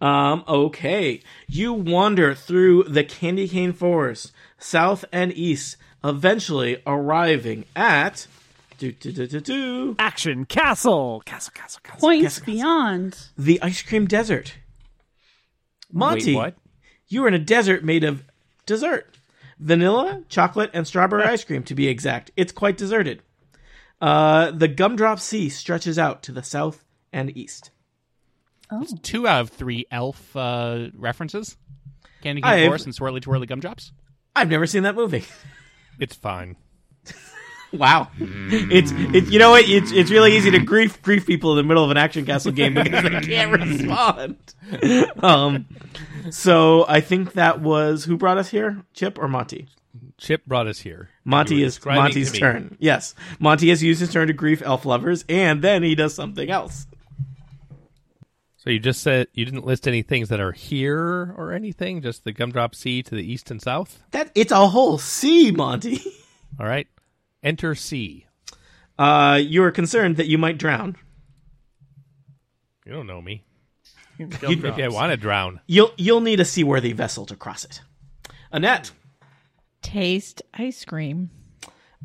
[SPEAKER 1] Um, okay. You wander through the candy cane forest, south and east, eventually arriving at. Do, do, do, do, do,
[SPEAKER 2] Action castle. Castle, castle, castle.
[SPEAKER 5] Points beyond.
[SPEAKER 1] the ice cream desert. Monty,
[SPEAKER 3] Wait, what?
[SPEAKER 1] you are in a desert made of dessert vanilla, chocolate, and strawberry ice cream, to be exact. It's quite deserted. Uh, the gumdrop sea stretches out to the south and east.
[SPEAKER 6] Two out of three elf uh, references. Candy cane
[SPEAKER 1] I've-
[SPEAKER 6] forest and swirly twirly gumdrops.
[SPEAKER 1] I've never seen that movie.
[SPEAKER 4] it's fine.
[SPEAKER 1] Wow, it's it's you know what it's it's really easy to grief grief people in the middle of an action castle game because they can't respond. Um, so I think that was who brought us here, Chip or Monty.
[SPEAKER 4] Chip brought us here.
[SPEAKER 1] Monty
[SPEAKER 4] You were
[SPEAKER 1] is
[SPEAKER 4] describing
[SPEAKER 1] Monty's
[SPEAKER 4] to me.
[SPEAKER 1] turn. Yes, Monty has used his turn to grief elf lovers, and then he does something else.
[SPEAKER 4] So you just said you didn't list any things that are here or anything, just the gumdrop sea to the east and south.
[SPEAKER 1] That it's a whole sea, Monty.
[SPEAKER 4] All right. Enter sea.
[SPEAKER 1] Uh, you are concerned that you might drown.
[SPEAKER 4] You don't know me. Maybe I want to drown.
[SPEAKER 1] You'll you'll need a seaworthy vessel to cross it. Annette.
[SPEAKER 8] Taste ice cream.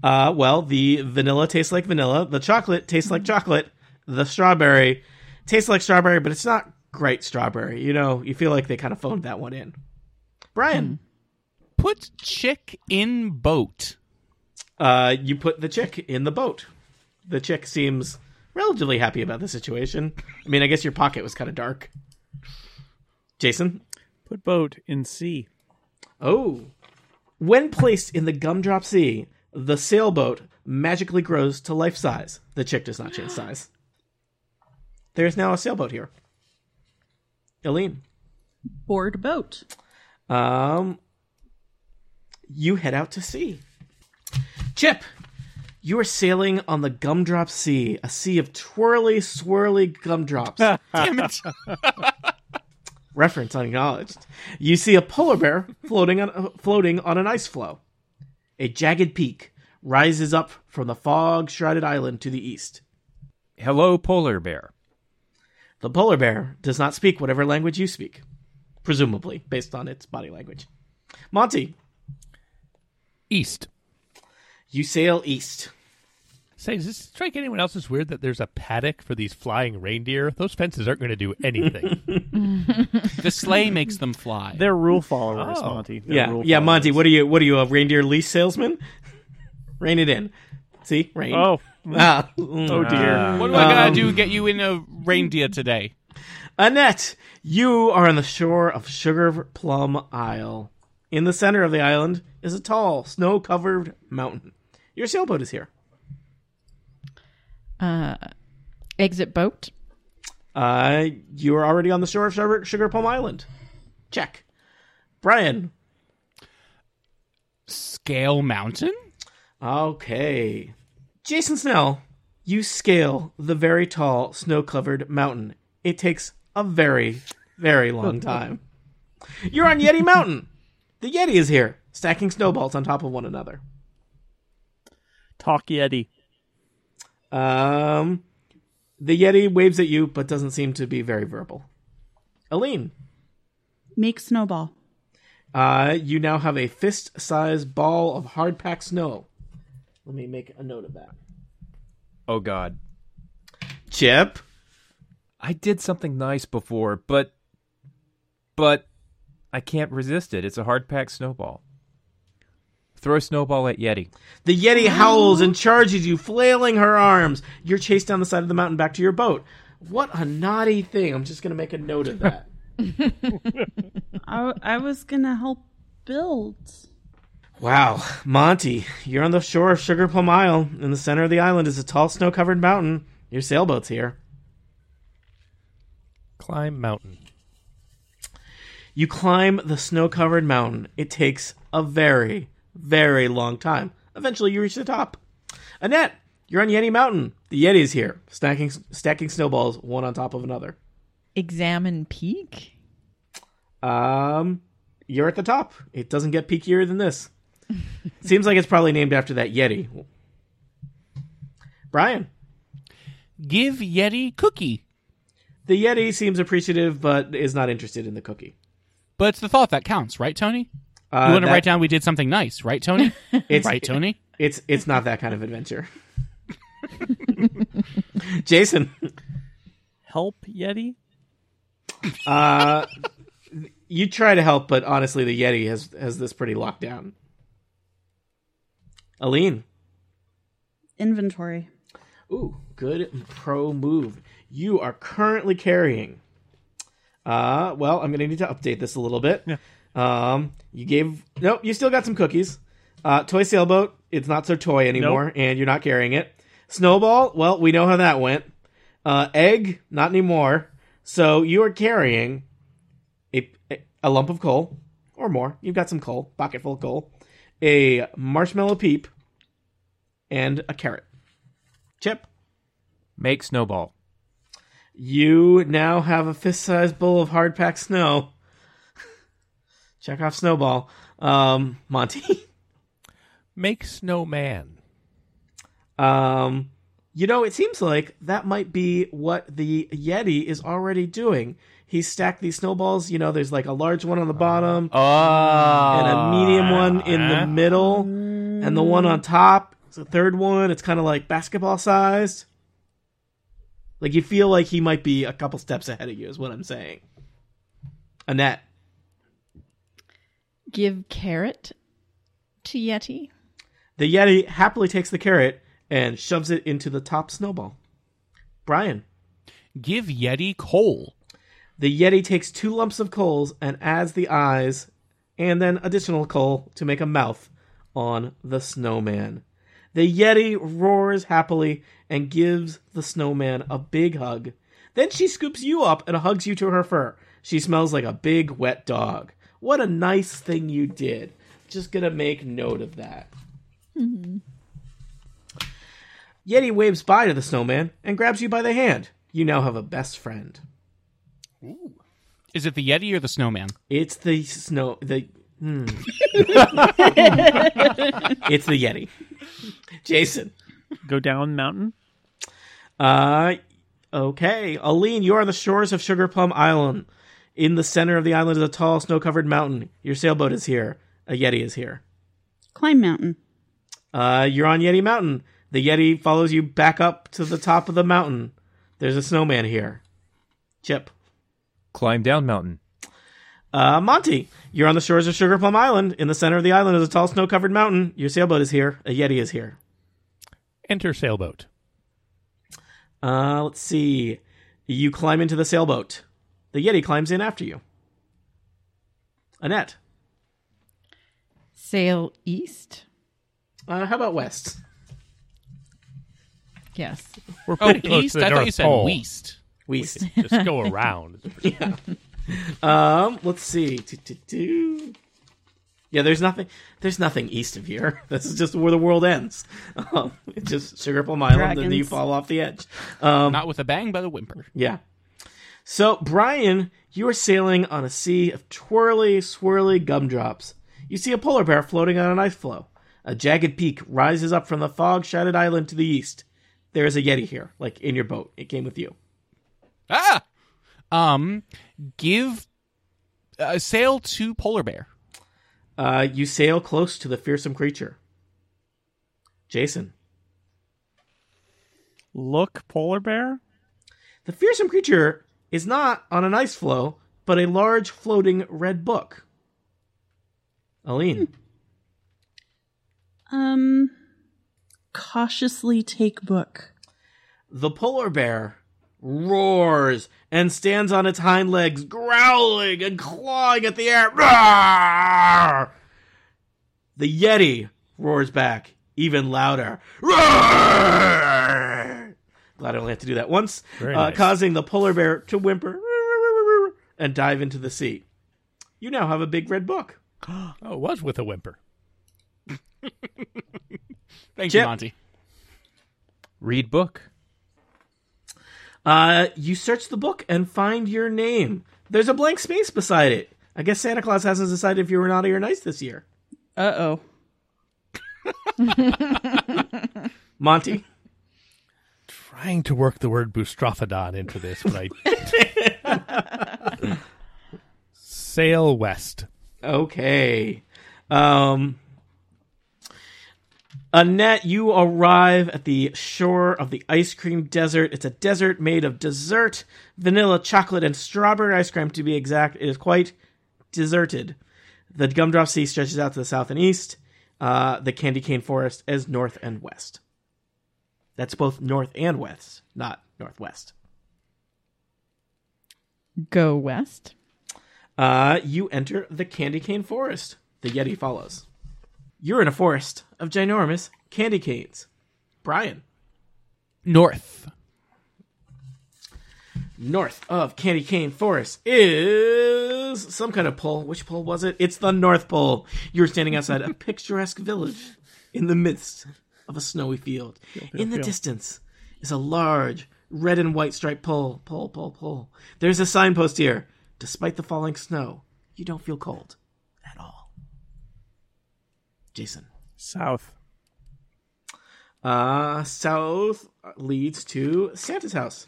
[SPEAKER 1] Uh, well, the vanilla tastes like vanilla. The chocolate tastes like chocolate. The strawberry tastes like strawberry, but it's not great strawberry. You know, you feel like they kind of phoned that one in. Brian,
[SPEAKER 6] Put chick in boat.
[SPEAKER 1] uh, you put the chick in the boat. The chick seems relatively happy about the situation. I mean, I guess your pocket was kind of dark. Jason,
[SPEAKER 2] Put boat in sea.
[SPEAKER 1] Oh. When placed in the gumdrop sea, the sailboat magically grows to life size. The chick does not change size. There is now a sailboat here. Eileen.
[SPEAKER 5] Board boat.
[SPEAKER 1] Um you head out to sea. Chip, you are sailing on the gumdrop sea, a sea of twirly, swirly gumdrops.
[SPEAKER 6] Damn it.
[SPEAKER 1] Reference unacknowledged. You see a polar bear floating on uh, floating on an ice floe. A jagged peak rises up from the fog shrouded island to the east.
[SPEAKER 3] Hello, polar bear.
[SPEAKER 1] The polar bear does not speak whatever language you speak, presumably based on its body language. Monty,
[SPEAKER 4] East.
[SPEAKER 1] you sail east.
[SPEAKER 4] Say, does this strike anyone else as weird that there's a paddock for these flying reindeer? Those fences aren't going to do anything.
[SPEAKER 6] The sleigh makes them fly.
[SPEAKER 2] They're rule followers, Monty. They're
[SPEAKER 1] Oh. yeah,
[SPEAKER 2] rule
[SPEAKER 1] yeah,
[SPEAKER 2] followers.
[SPEAKER 1] Monty. What are you? What are you? A reindeer lease salesman? Rein it in. See, rain.
[SPEAKER 2] Oh,
[SPEAKER 1] Ah, mm.
[SPEAKER 2] oh dear.
[SPEAKER 6] what do I
[SPEAKER 1] Um,
[SPEAKER 6] gotta do to get you in a reindeer today?
[SPEAKER 1] Annette, you are on the shore of Sugar Plum Isle. In the center of the island is a tall, snow covered mountain. Your sailboat is here.
[SPEAKER 8] Exit boat.
[SPEAKER 1] Uh, you are already on the shore of Sugar, Sugar Plum Island. Check. Brian.
[SPEAKER 6] Scale Mountain?
[SPEAKER 1] Okay. Jason Snell, you scale the very tall, snow covered mountain. It takes a very, very long time. You're on Yeti Mountain. The Yeti is here, stacking snowballs on top of one another.
[SPEAKER 2] Talk Yeti.
[SPEAKER 1] Um, the Yeti waves at you, but doesn't seem to be very verbal. Aline,
[SPEAKER 5] Make snowball.
[SPEAKER 1] uh, you now have a fist-sized ball of hard-packed snow. Let me make a note of that.
[SPEAKER 7] Oh God,
[SPEAKER 1] Chip,
[SPEAKER 7] I did something nice before, but but I can't resist it. It's a hard packed snowball. Throw a snowball at Yeti.
[SPEAKER 1] the Yeti howls and charges you, flailing her arms. You're chased down the side of the mountain back to your boat. What a naughty thing! I'm just gonna make a note of that.
[SPEAKER 5] I, I was gonna help build.
[SPEAKER 1] Wow, Monty, you're on the shore of Sugar Plum Isle. In the center of the island is a tall, snow-covered mountain. Your sailboat's here.
[SPEAKER 4] Climb mountain.
[SPEAKER 1] You climb the snow covered mountain. It takes a very, very long time. Eventually, you reach the top. Annette, you're on Yeti Mountain. The Yeti is here, stacking, stacking snowballs one on top of another.
[SPEAKER 8] Examine peak.
[SPEAKER 1] Um, you're at the top. It doesn't get peakier than this. Seems like it's probably named after that Yeti. Brian,
[SPEAKER 6] Give Yeti cookie.
[SPEAKER 1] the Yeti seems appreciative but is not interested in the cookie.
[SPEAKER 6] But it's the thought that counts, right, Tony?
[SPEAKER 1] Uh,
[SPEAKER 6] you want to
[SPEAKER 1] that-
[SPEAKER 6] write down we did something nice, right, Tony?
[SPEAKER 1] It's,
[SPEAKER 6] right, Tony?
[SPEAKER 1] It's it's not that kind of adventure. Jason,
[SPEAKER 2] Help Yeti.
[SPEAKER 1] you try to help, but honestly, the Yeti has has this pretty locked down. Aline,
[SPEAKER 5] Inventory.
[SPEAKER 1] ooh, good pro move. You are currently carrying. Uh, well, I'm gonna need to update this a little bit. Um, you gave nope, you still got some cookies. Uh, toy sailboat, it's not so toy anymore, and you're not carrying it. Snowball, well, we know how that went. Uh, egg, not anymore. So you are carrying a, a lump of coal or more. You've got some coal, pocket full of coal, a marshmallow peep, and a carrot. Chip,
[SPEAKER 7] Make snowball.
[SPEAKER 1] you now have a fist-sized bowl of hard-packed snow. Check off snowball, um, Monty.
[SPEAKER 4] Make snowman.
[SPEAKER 1] um, you know, it seems like that might be what the Yeti is already doing. He stacked these snowballs. You know, there's like a large one on the bottom,
[SPEAKER 4] Ah.
[SPEAKER 1] and a medium one in the middle, and the one on top is the third one. It's kind of like basketball sized. Like you feel like he might be a couple steps ahead of you, is what I'm saying. Annette,
[SPEAKER 8] Give carrot to Yeti.
[SPEAKER 1] the Yeti happily takes the carrot and shoves it into the top snowball. Brian,
[SPEAKER 6] Give Yeti coal.
[SPEAKER 1] the Yeti takes two lumps of coals and adds the eyes and then additional coal to make a mouth on the snowman. The Yeti roars happily and gives the snowman a big hug. Then she scoops you up and hugs you to her fur. She smells like a big wet dog. What a nice thing you did. Just gonna make note of that. Yeti waves bye to the snowman and grabs you by the hand. You now have a best friend.
[SPEAKER 6] Is it the Yeti or the snowman?
[SPEAKER 1] It's the snow. The hmm. it's the Yeti. Jason.
[SPEAKER 2] Go down mountain.
[SPEAKER 1] Uh, okay. Aline, you are on the shores of Sugar Plum Island. In the center of the island is a tall, snow covered mountain. Your sailboat is here. A Yeti is here.
[SPEAKER 5] Climb mountain.
[SPEAKER 1] Uh, you're on Yeti Mountain. The Yeti follows you back up to the top of the mountain. There's a snowman here. Chip.
[SPEAKER 7] Climb down mountain.
[SPEAKER 1] Uh, Monty, you're on the shores of Sugar Plum Island. In the center of the island is a tall, snow covered mountain. Your sailboat is here. A Yeti is here.
[SPEAKER 4] Enter sailboat.
[SPEAKER 1] Uh, let's see. You climb into the sailboat. The Yeti climbs in after you. Annette.
[SPEAKER 8] Sail east.
[SPEAKER 1] Uh, how about West?
[SPEAKER 8] Yes.
[SPEAKER 4] We're
[SPEAKER 6] Oh,
[SPEAKER 4] pretty close
[SPEAKER 6] east.
[SPEAKER 4] to the
[SPEAKER 6] I
[SPEAKER 4] North
[SPEAKER 6] thought you said
[SPEAKER 4] Pole.
[SPEAKER 6] west.
[SPEAKER 1] West.
[SPEAKER 4] Just go around.
[SPEAKER 1] yeah. Um, let's see. Do, do, do. Yeah, there's nothing. There's nothing east of here. This is just where the world ends. Um, it's just Sugar Plum Island, and then you
[SPEAKER 5] Dragons.
[SPEAKER 1] fall off the edge. Um,
[SPEAKER 6] Not with a bang, but a whimper.
[SPEAKER 1] yeah. So, Brian, you are sailing on a sea of twirly, swirly gumdrops. You see a polar bear floating on an ice floe. A jagged peak rises up from the fog shadowed island to the east. There is a Yeti here, like in your boat. It came with you.
[SPEAKER 6] Ah, um, give uh, sail to polar bear.
[SPEAKER 1] Uh, you sail close to the fearsome creature. Jason.
[SPEAKER 2] Look, polar bear.
[SPEAKER 1] The fearsome creature is not on an ice floe, but a large floating red book. Aline.
[SPEAKER 5] Um, cautiously take book.
[SPEAKER 1] The polar bear roars and stands on its hind legs, growling and clawing at the air. Roar! The Yeti roars back even louder. Roar! Glad I only have to do that once,
[SPEAKER 4] Very
[SPEAKER 1] uh,
[SPEAKER 4] nice.
[SPEAKER 1] causing the polar bear to whimper and dive into the sea. You now have a big red book.
[SPEAKER 4] Oh, it was with a whimper.
[SPEAKER 6] Thank
[SPEAKER 1] Chip.
[SPEAKER 6] you, Monty.
[SPEAKER 7] Read book.
[SPEAKER 1] Uh, you search the book and find your name. There's a blank space beside it. I guess Santa Claus hasn't decided if you were naughty or nice this year.
[SPEAKER 5] Uh oh.
[SPEAKER 1] Monty.
[SPEAKER 4] Trying to work the word bustrophodon into this, but I. Sail west.
[SPEAKER 1] Okay. Um Annette, you arrive at the shore of the ice cream desert. It's a desert made of dessert, vanilla, chocolate, and strawberry ice cream to be exact. It is quite deserted. The gumdrop sea stretches out to the south and east, uh, the candy cane forest as north and west. That's both north and west, not northwest.
[SPEAKER 8] Go west.
[SPEAKER 1] Uh, you enter the candy cane forest. The Yeti follows. You're in a forest of ginormous candy canes. Brian,
[SPEAKER 6] North.
[SPEAKER 1] north of Candy Cane Forest is some kind of pole. Which pole was it? It's the North Pole. You're standing outside a picturesque village in the midst of a snowy field. In the distance is a large red and white striped pole. Pole, pole, pole. There's a signpost here. Despite the falling snow, you don't feel cold at all. Jason.
[SPEAKER 2] South.
[SPEAKER 1] Uh, south leads to Santa's house.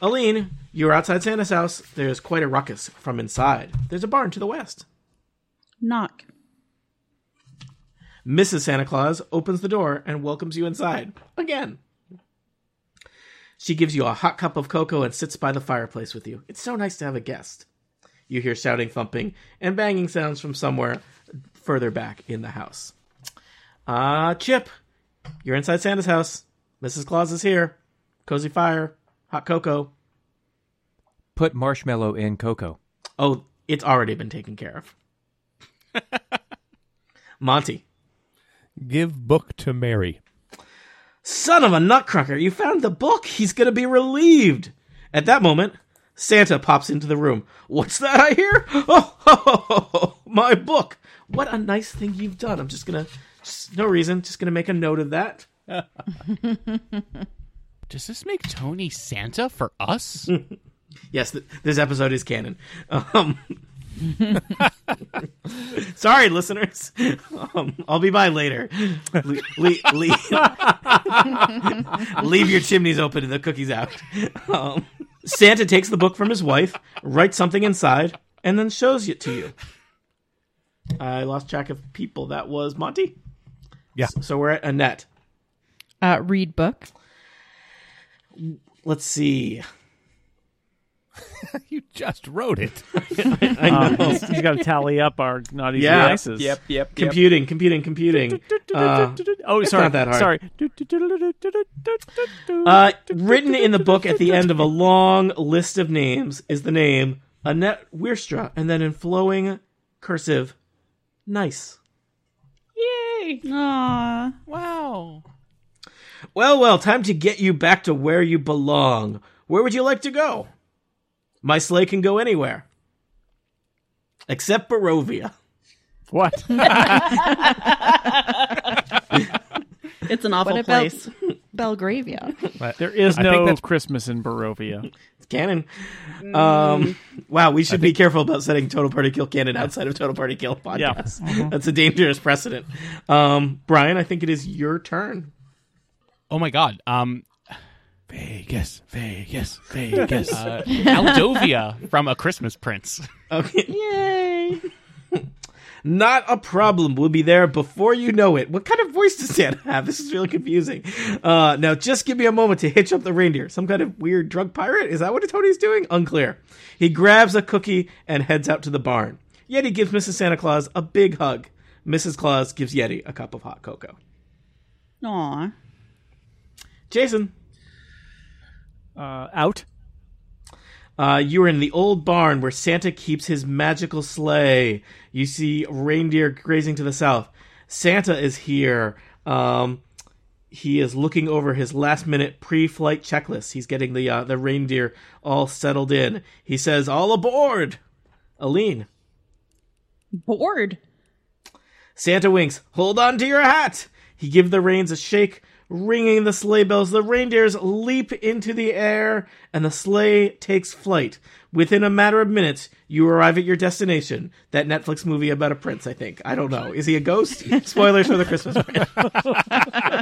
[SPEAKER 1] Aline, you're outside Santa's house. There's quite a ruckus from inside. There's a barn to the west.
[SPEAKER 5] Knock.
[SPEAKER 1] Mrs. Santa Claus opens the door and welcomes you inside again. She gives you a hot cup of cocoa and sits by the fireplace with you. It's so nice to have a guest. You hear shouting, thumping, and banging sounds from somewhere further back in the house. Ah, Chip, you're inside Santa's house. Mrs. Claus is here. Cozy fire, hot cocoa.
[SPEAKER 7] Put marshmallow in cocoa.
[SPEAKER 1] Oh, it's already been taken care of. Monty.
[SPEAKER 4] Give book to Mary.
[SPEAKER 1] Son of a nutcracker, you found the book. He's going to be relieved. At that moment, Santa pops into the room. What's that I hear? Oh, my book. What a nice thing you've done. I'm just going to, no reason, just going to make a note of that.
[SPEAKER 6] Does this make Tony Santa for us?
[SPEAKER 1] Yes, th- this episode is canon. Um, sorry, listeners. Um, I'll be by later. Le- le- le- leave your chimneys open and the cookies out. Um, Santa takes the book from his wife, writes something inside, and then shows it to you. I lost track of people. That was Monty.
[SPEAKER 9] Yeah.
[SPEAKER 1] S- So we're at Annette.
[SPEAKER 8] Uh, read book.
[SPEAKER 1] Let's see.
[SPEAKER 4] you just wrote it.
[SPEAKER 1] I know.
[SPEAKER 2] Um, he's, he's got to tally up our naughty
[SPEAKER 1] Yeah.
[SPEAKER 2] devices.
[SPEAKER 7] Yep, yep, yep.
[SPEAKER 1] computing, computing, computing. Uh,
[SPEAKER 2] oh,
[SPEAKER 1] it's
[SPEAKER 2] sorry.
[SPEAKER 1] not that hard.
[SPEAKER 2] Sorry.
[SPEAKER 1] Uh, written in the book at the end of a long list of names is the name Annette Weirstra, and then in flowing cursive, nice.
[SPEAKER 6] Yay!
[SPEAKER 5] Aww.
[SPEAKER 6] Wow.
[SPEAKER 1] Well, well, time to get you back to where you belong. Where would you like to go? My sleigh can go anywhere. Except Barovia.
[SPEAKER 2] what?
[SPEAKER 5] It's an awful
[SPEAKER 8] What about
[SPEAKER 5] place.
[SPEAKER 8] Belgravia?
[SPEAKER 2] There is
[SPEAKER 4] I think
[SPEAKER 2] no
[SPEAKER 4] that's-
[SPEAKER 2] Christmas in Barovia.
[SPEAKER 1] It's canon. Um, wow, we should be careful about setting Total Party Kill canon outside of Total Party Kill podcast. That's a dangerous precedent. Um, Brian, I think it is your turn.
[SPEAKER 6] Oh my God. Um,
[SPEAKER 4] Vegas, Vegas, Vegas.
[SPEAKER 6] uh, Aldovia from A Christmas Prince.
[SPEAKER 1] Okay.
[SPEAKER 8] Yay!
[SPEAKER 1] Not a problem. We'll be there before you know it. What kind of voice does Santa have? This is really confusing. Uh, now, just give me a moment to hitch up the reindeer. Some kind of weird drug pirate? Is that what Tony's doing? Unclear. He grabs a cookie and heads out to the barn. Yeti gives Mrs. Santa Claus a big hug. Mrs. Claus gives Yeti a cup of hot cocoa.
[SPEAKER 5] Aww.
[SPEAKER 1] Jason,
[SPEAKER 2] Uh, out.
[SPEAKER 1] Uh, you are in the old barn where Santa keeps his magical sleigh. You see reindeer grazing to the south. Santa is here. Um, he is looking over his last minute pre flight checklist. He's getting the uh, the reindeer all settled in. He says, "All aboard." Aline,
[SPEAKER 5] Bored.
[SPEAKER 1] Santa winks, hold on to your hat! He gives the reins a shake, ringing the sleigh bells. The reindeers leap into the air, and the sleigh takes flight. Within a matter of minutes, you arrive at your destination. That Netflix movie about a prince, I think. I don't know. Is he a ghost? Spoilers for the Christmas prince.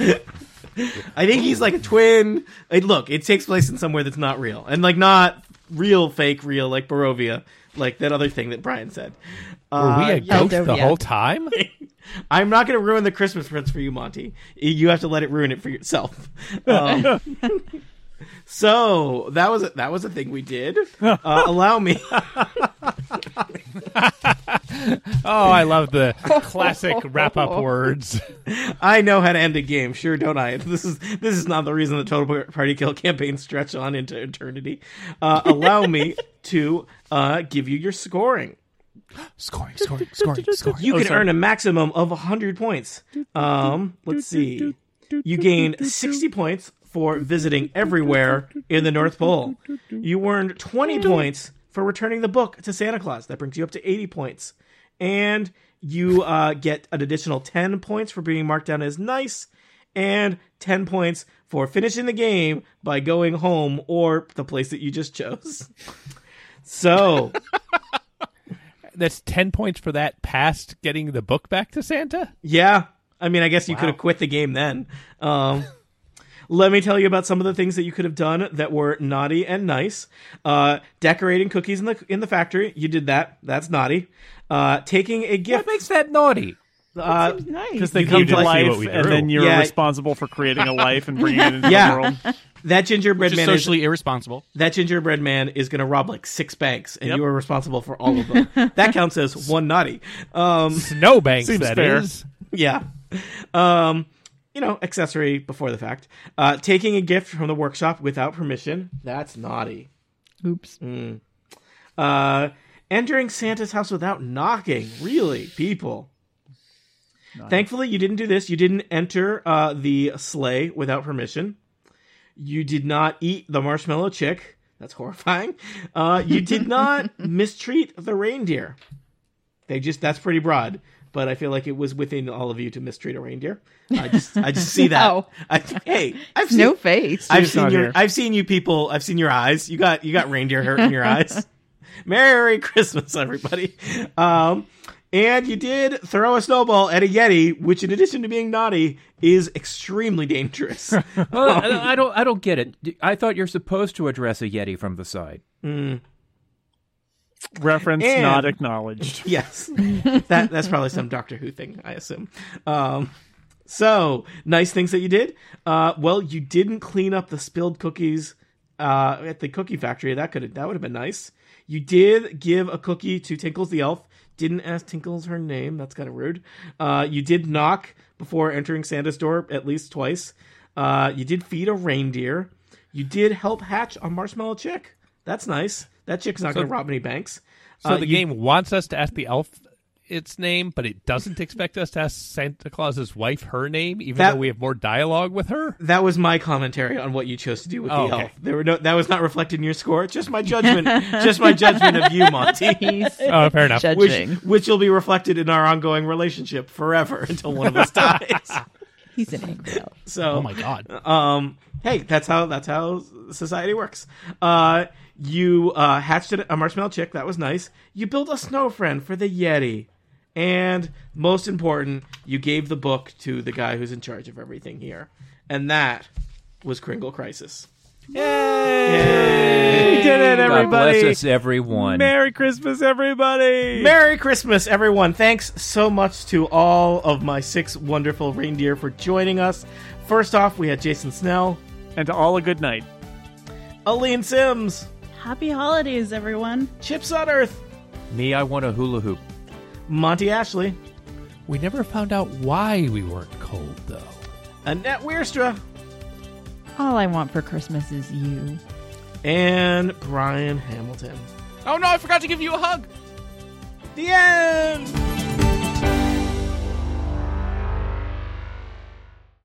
[SPEAKER 1] I think he's like a twin. Like, look, it takes place in somewhere that's not real. And like not real fake real like Barovia, like that other thing that Brian said.
[SPEAKER 4] Were we
[SPEAKER 1] Uh,
[SPEAKER 4] a ghost the
[SPEAKER 8] Aldovia.
[SPEAKER 4] whole time?
[SPEAKER 1] I'm not going to ruin the Christmas Prince for you, Monty. You have to let it ruin it for yourself. Um, so that was a, that was a thing we did. Uh, allow me.
[SPEAKER 4] Oh, I love the classic wrap up words.
[SPEAKER 1] I know how to end a game. Sure, don't I? This is this is not the reason the Total Party Kill campaign stretch on into eternity. Uh, allow me to uh, give you your scoring.
[SPEAKER 4] Scoring, scoring, scoring, scoring.
[SPEAKER 1] You can earn a maximum of 100 points. Um, let's see. You gain 60 points for visiting everywhere in the North Pole. You earned 20 points for returning the book to Santa Claus. That brings you up to 80 points. And you uh, get an additional 10 points for being marked down as nice and 10 points for finishing the game by going home or the place that you just chose. So,
[SPEAKER 4] That's 10 points for that past getting the book back to Santa?
[SPEAKER 1] Yeah. I mean, I guess you could have quit the game then. Um, let me tell you about some of the things that you could have done that were naughty and nice. Uh, decorating cookies in the in the factory, you did that. That's naughty. Uh, taking a gift.
[SPEAKER 7] What makes that naughty?
[SPEAKER 1] uh,
[SPEAKER 2] Because they
[SPEAKER 1] You
[SPEAKER 2] come
[SPEAKER 1] need
[SPEAKER 2] to
[SPEAKER 1] to see
[SPEAKER 2] life,
[SPEAKER 4] what we
[SPEAKER 2] and
[SPEAKER 4] drew.
[SPEAKER 2] then you're
[SPEAKER 1] Yeah.
[SPEAKER 2] responsible for creating a life and bringing it into
[SPEAKER 1] Yeah.
[SPEAKER 2] the world.
[SPEAKER 1] that gingerbread
[SPEAKER 6] Just
[SPEAKER 1] man. Is,
[SPEAKER 6] socially irresponsible.
[SPEAKER 1] that gingerbread man is going to rob like six banks, and
[SPEAKER 2] Yep.
[SPEAKER 1] you are responsible for all of them. that counts as one naughty. Um,
[SPEAKER 4] Snowbanks, that
[SPEAKER 2] Seems
[SPEAKER 4] is.
[SPEAKER 2] fair.
[SPEAKER 1] yeah. Um, you know, accessory before the fact. Uh, taking a gift from the workshop without permission. That's naughty.
[SPEAKER 8] Oops.
[SPEAKER 4] Mm.
[SPEAKER 1] Uh, entering Santa's house without knocking. Really, people. Thankfully, you didn't do this. You didn't enter uh, the sleigh without permission. You did not eat the marshmallow chick. That's horrifying. Uh, you did not mistreat the reindeer. They just that's pretty broad, but I feel like it was within all of you to mistreat a reindeer. I just I just see that.
[SPEAKER 8] No.
[SPEAKER 1] I, hey, I've seen,
[SPEAKER 8] No face.
[SPEAKER 1] I've
[SPEAKER 2] Steve's
[SPEAKER 1] seen
[SPEAKER 2] not
[SPEAKER 1] your
[SPEAKER 2] here.
[SPEAKER 1] I've seen you people. I've seen your eyes. You got you got reindeer hair in your eyes. Merry Christmas, everybody. Um, and you did throw a snowball at a yeti, which, in addition to being naughty, is extremely dangerous.
[SPEAKER 7] Well, I, I don't. I don't get it. D- I thought you're supposed to address a yeti from the side.
[SPEAKER 2] Reference
[SPEAKER 1] And-
[SPEAKER 2] not acknowledged.
[SPEAKER 1] Yes, that that's probably some Doctor Who thing, I assume. Um, so nice things that you did. Uh, well, you didn't clean up the spilled cookies uh, at the cookie factory. That could that would have been nice. You did give a cookie to Tinkles the elf. Didn't ask Tinkles her name. That's kind of rude. Uh, you did knock before entering Santa's door at least twice. Uh, you did feed a reindeer. You did help hatch a marshmallow chick. That's nice. That chick's not going to rob any banks.
[SPEAKER 4] So
[SPEAKER 1] Uh,
[SPEAKER 4] the
[SPEAKER 1] you-
[SPEAKER 4] game wants us to ask the elf its name, but it doesn't expect us to ask Santa Claus's wife her name, even
[SPEAKER 1] That-
[SPEAKER 4] though we have more dialogue with her.
[SPEAKER 1] that was my commentary on what you chose to do with
[SPEAKER 4] Oh,
[SPEAKER 1] the
[SPEAKER 4] okay.
[SPEAKER 1] elf. There were no that was not reflected in your score. Just my judgment, just my judgment of you, Monty,
[SPEAKER 8] He's
[SPEAKER 4] Oh, fair enough.
[SPEAKER 1] which
[SPEAKER 8] judging.
[SPEAKER 1] which will be reflected in our ongoing relationship forever until one of us dies.
[SPEAKER 8] He's an angry elf.
[SPEAKER 1] So,
[SPEAKER 6] Oh my god.
[SPEAKER 1] um, hey, that's how that's how society works. Uh, you uh, hatched a marshmallow chick. That was nice. You built a snow friend for the yeti, and most important, you gave the book to the guy who's in charge of everything here, and that was Kringle Crisis.
[SPEAKER 2] We did it,
[SPEAKER 7] God
[SPEAKER 2] everybody.
[SPEAKER 7] bless us, everyone.
[SPEAKER 2] Merry Christmas, everybody.
[SPEAKER 1] Merry Christmas, everyone. Thanks so much to all of my six wonderful reindeer for joining us. First off, we had Jason Snell,
[SPEAKER 2] and to all a good night.
[SPEAKER 1] Aline Sims,
[SPEAKER 5] Happy holidays, everyone.
[SPEAKER 1] Chips on Earth,
[SPEAKER 7] Me, I want a hula hoop.
[SPEAKER 1] Monty Ashley,
[SPEAKER 4] We never found out why we weren't cold, though.
[SPEAKER 1] Annette Weirstra,
[SPEAKER 8] All I want for Christmas is you.
[SPEAKER 1] and Brian Hamilton.
[SPEAKER 6] Oh no, I forgot to give you a hug.
[SPEAKER 1] The end!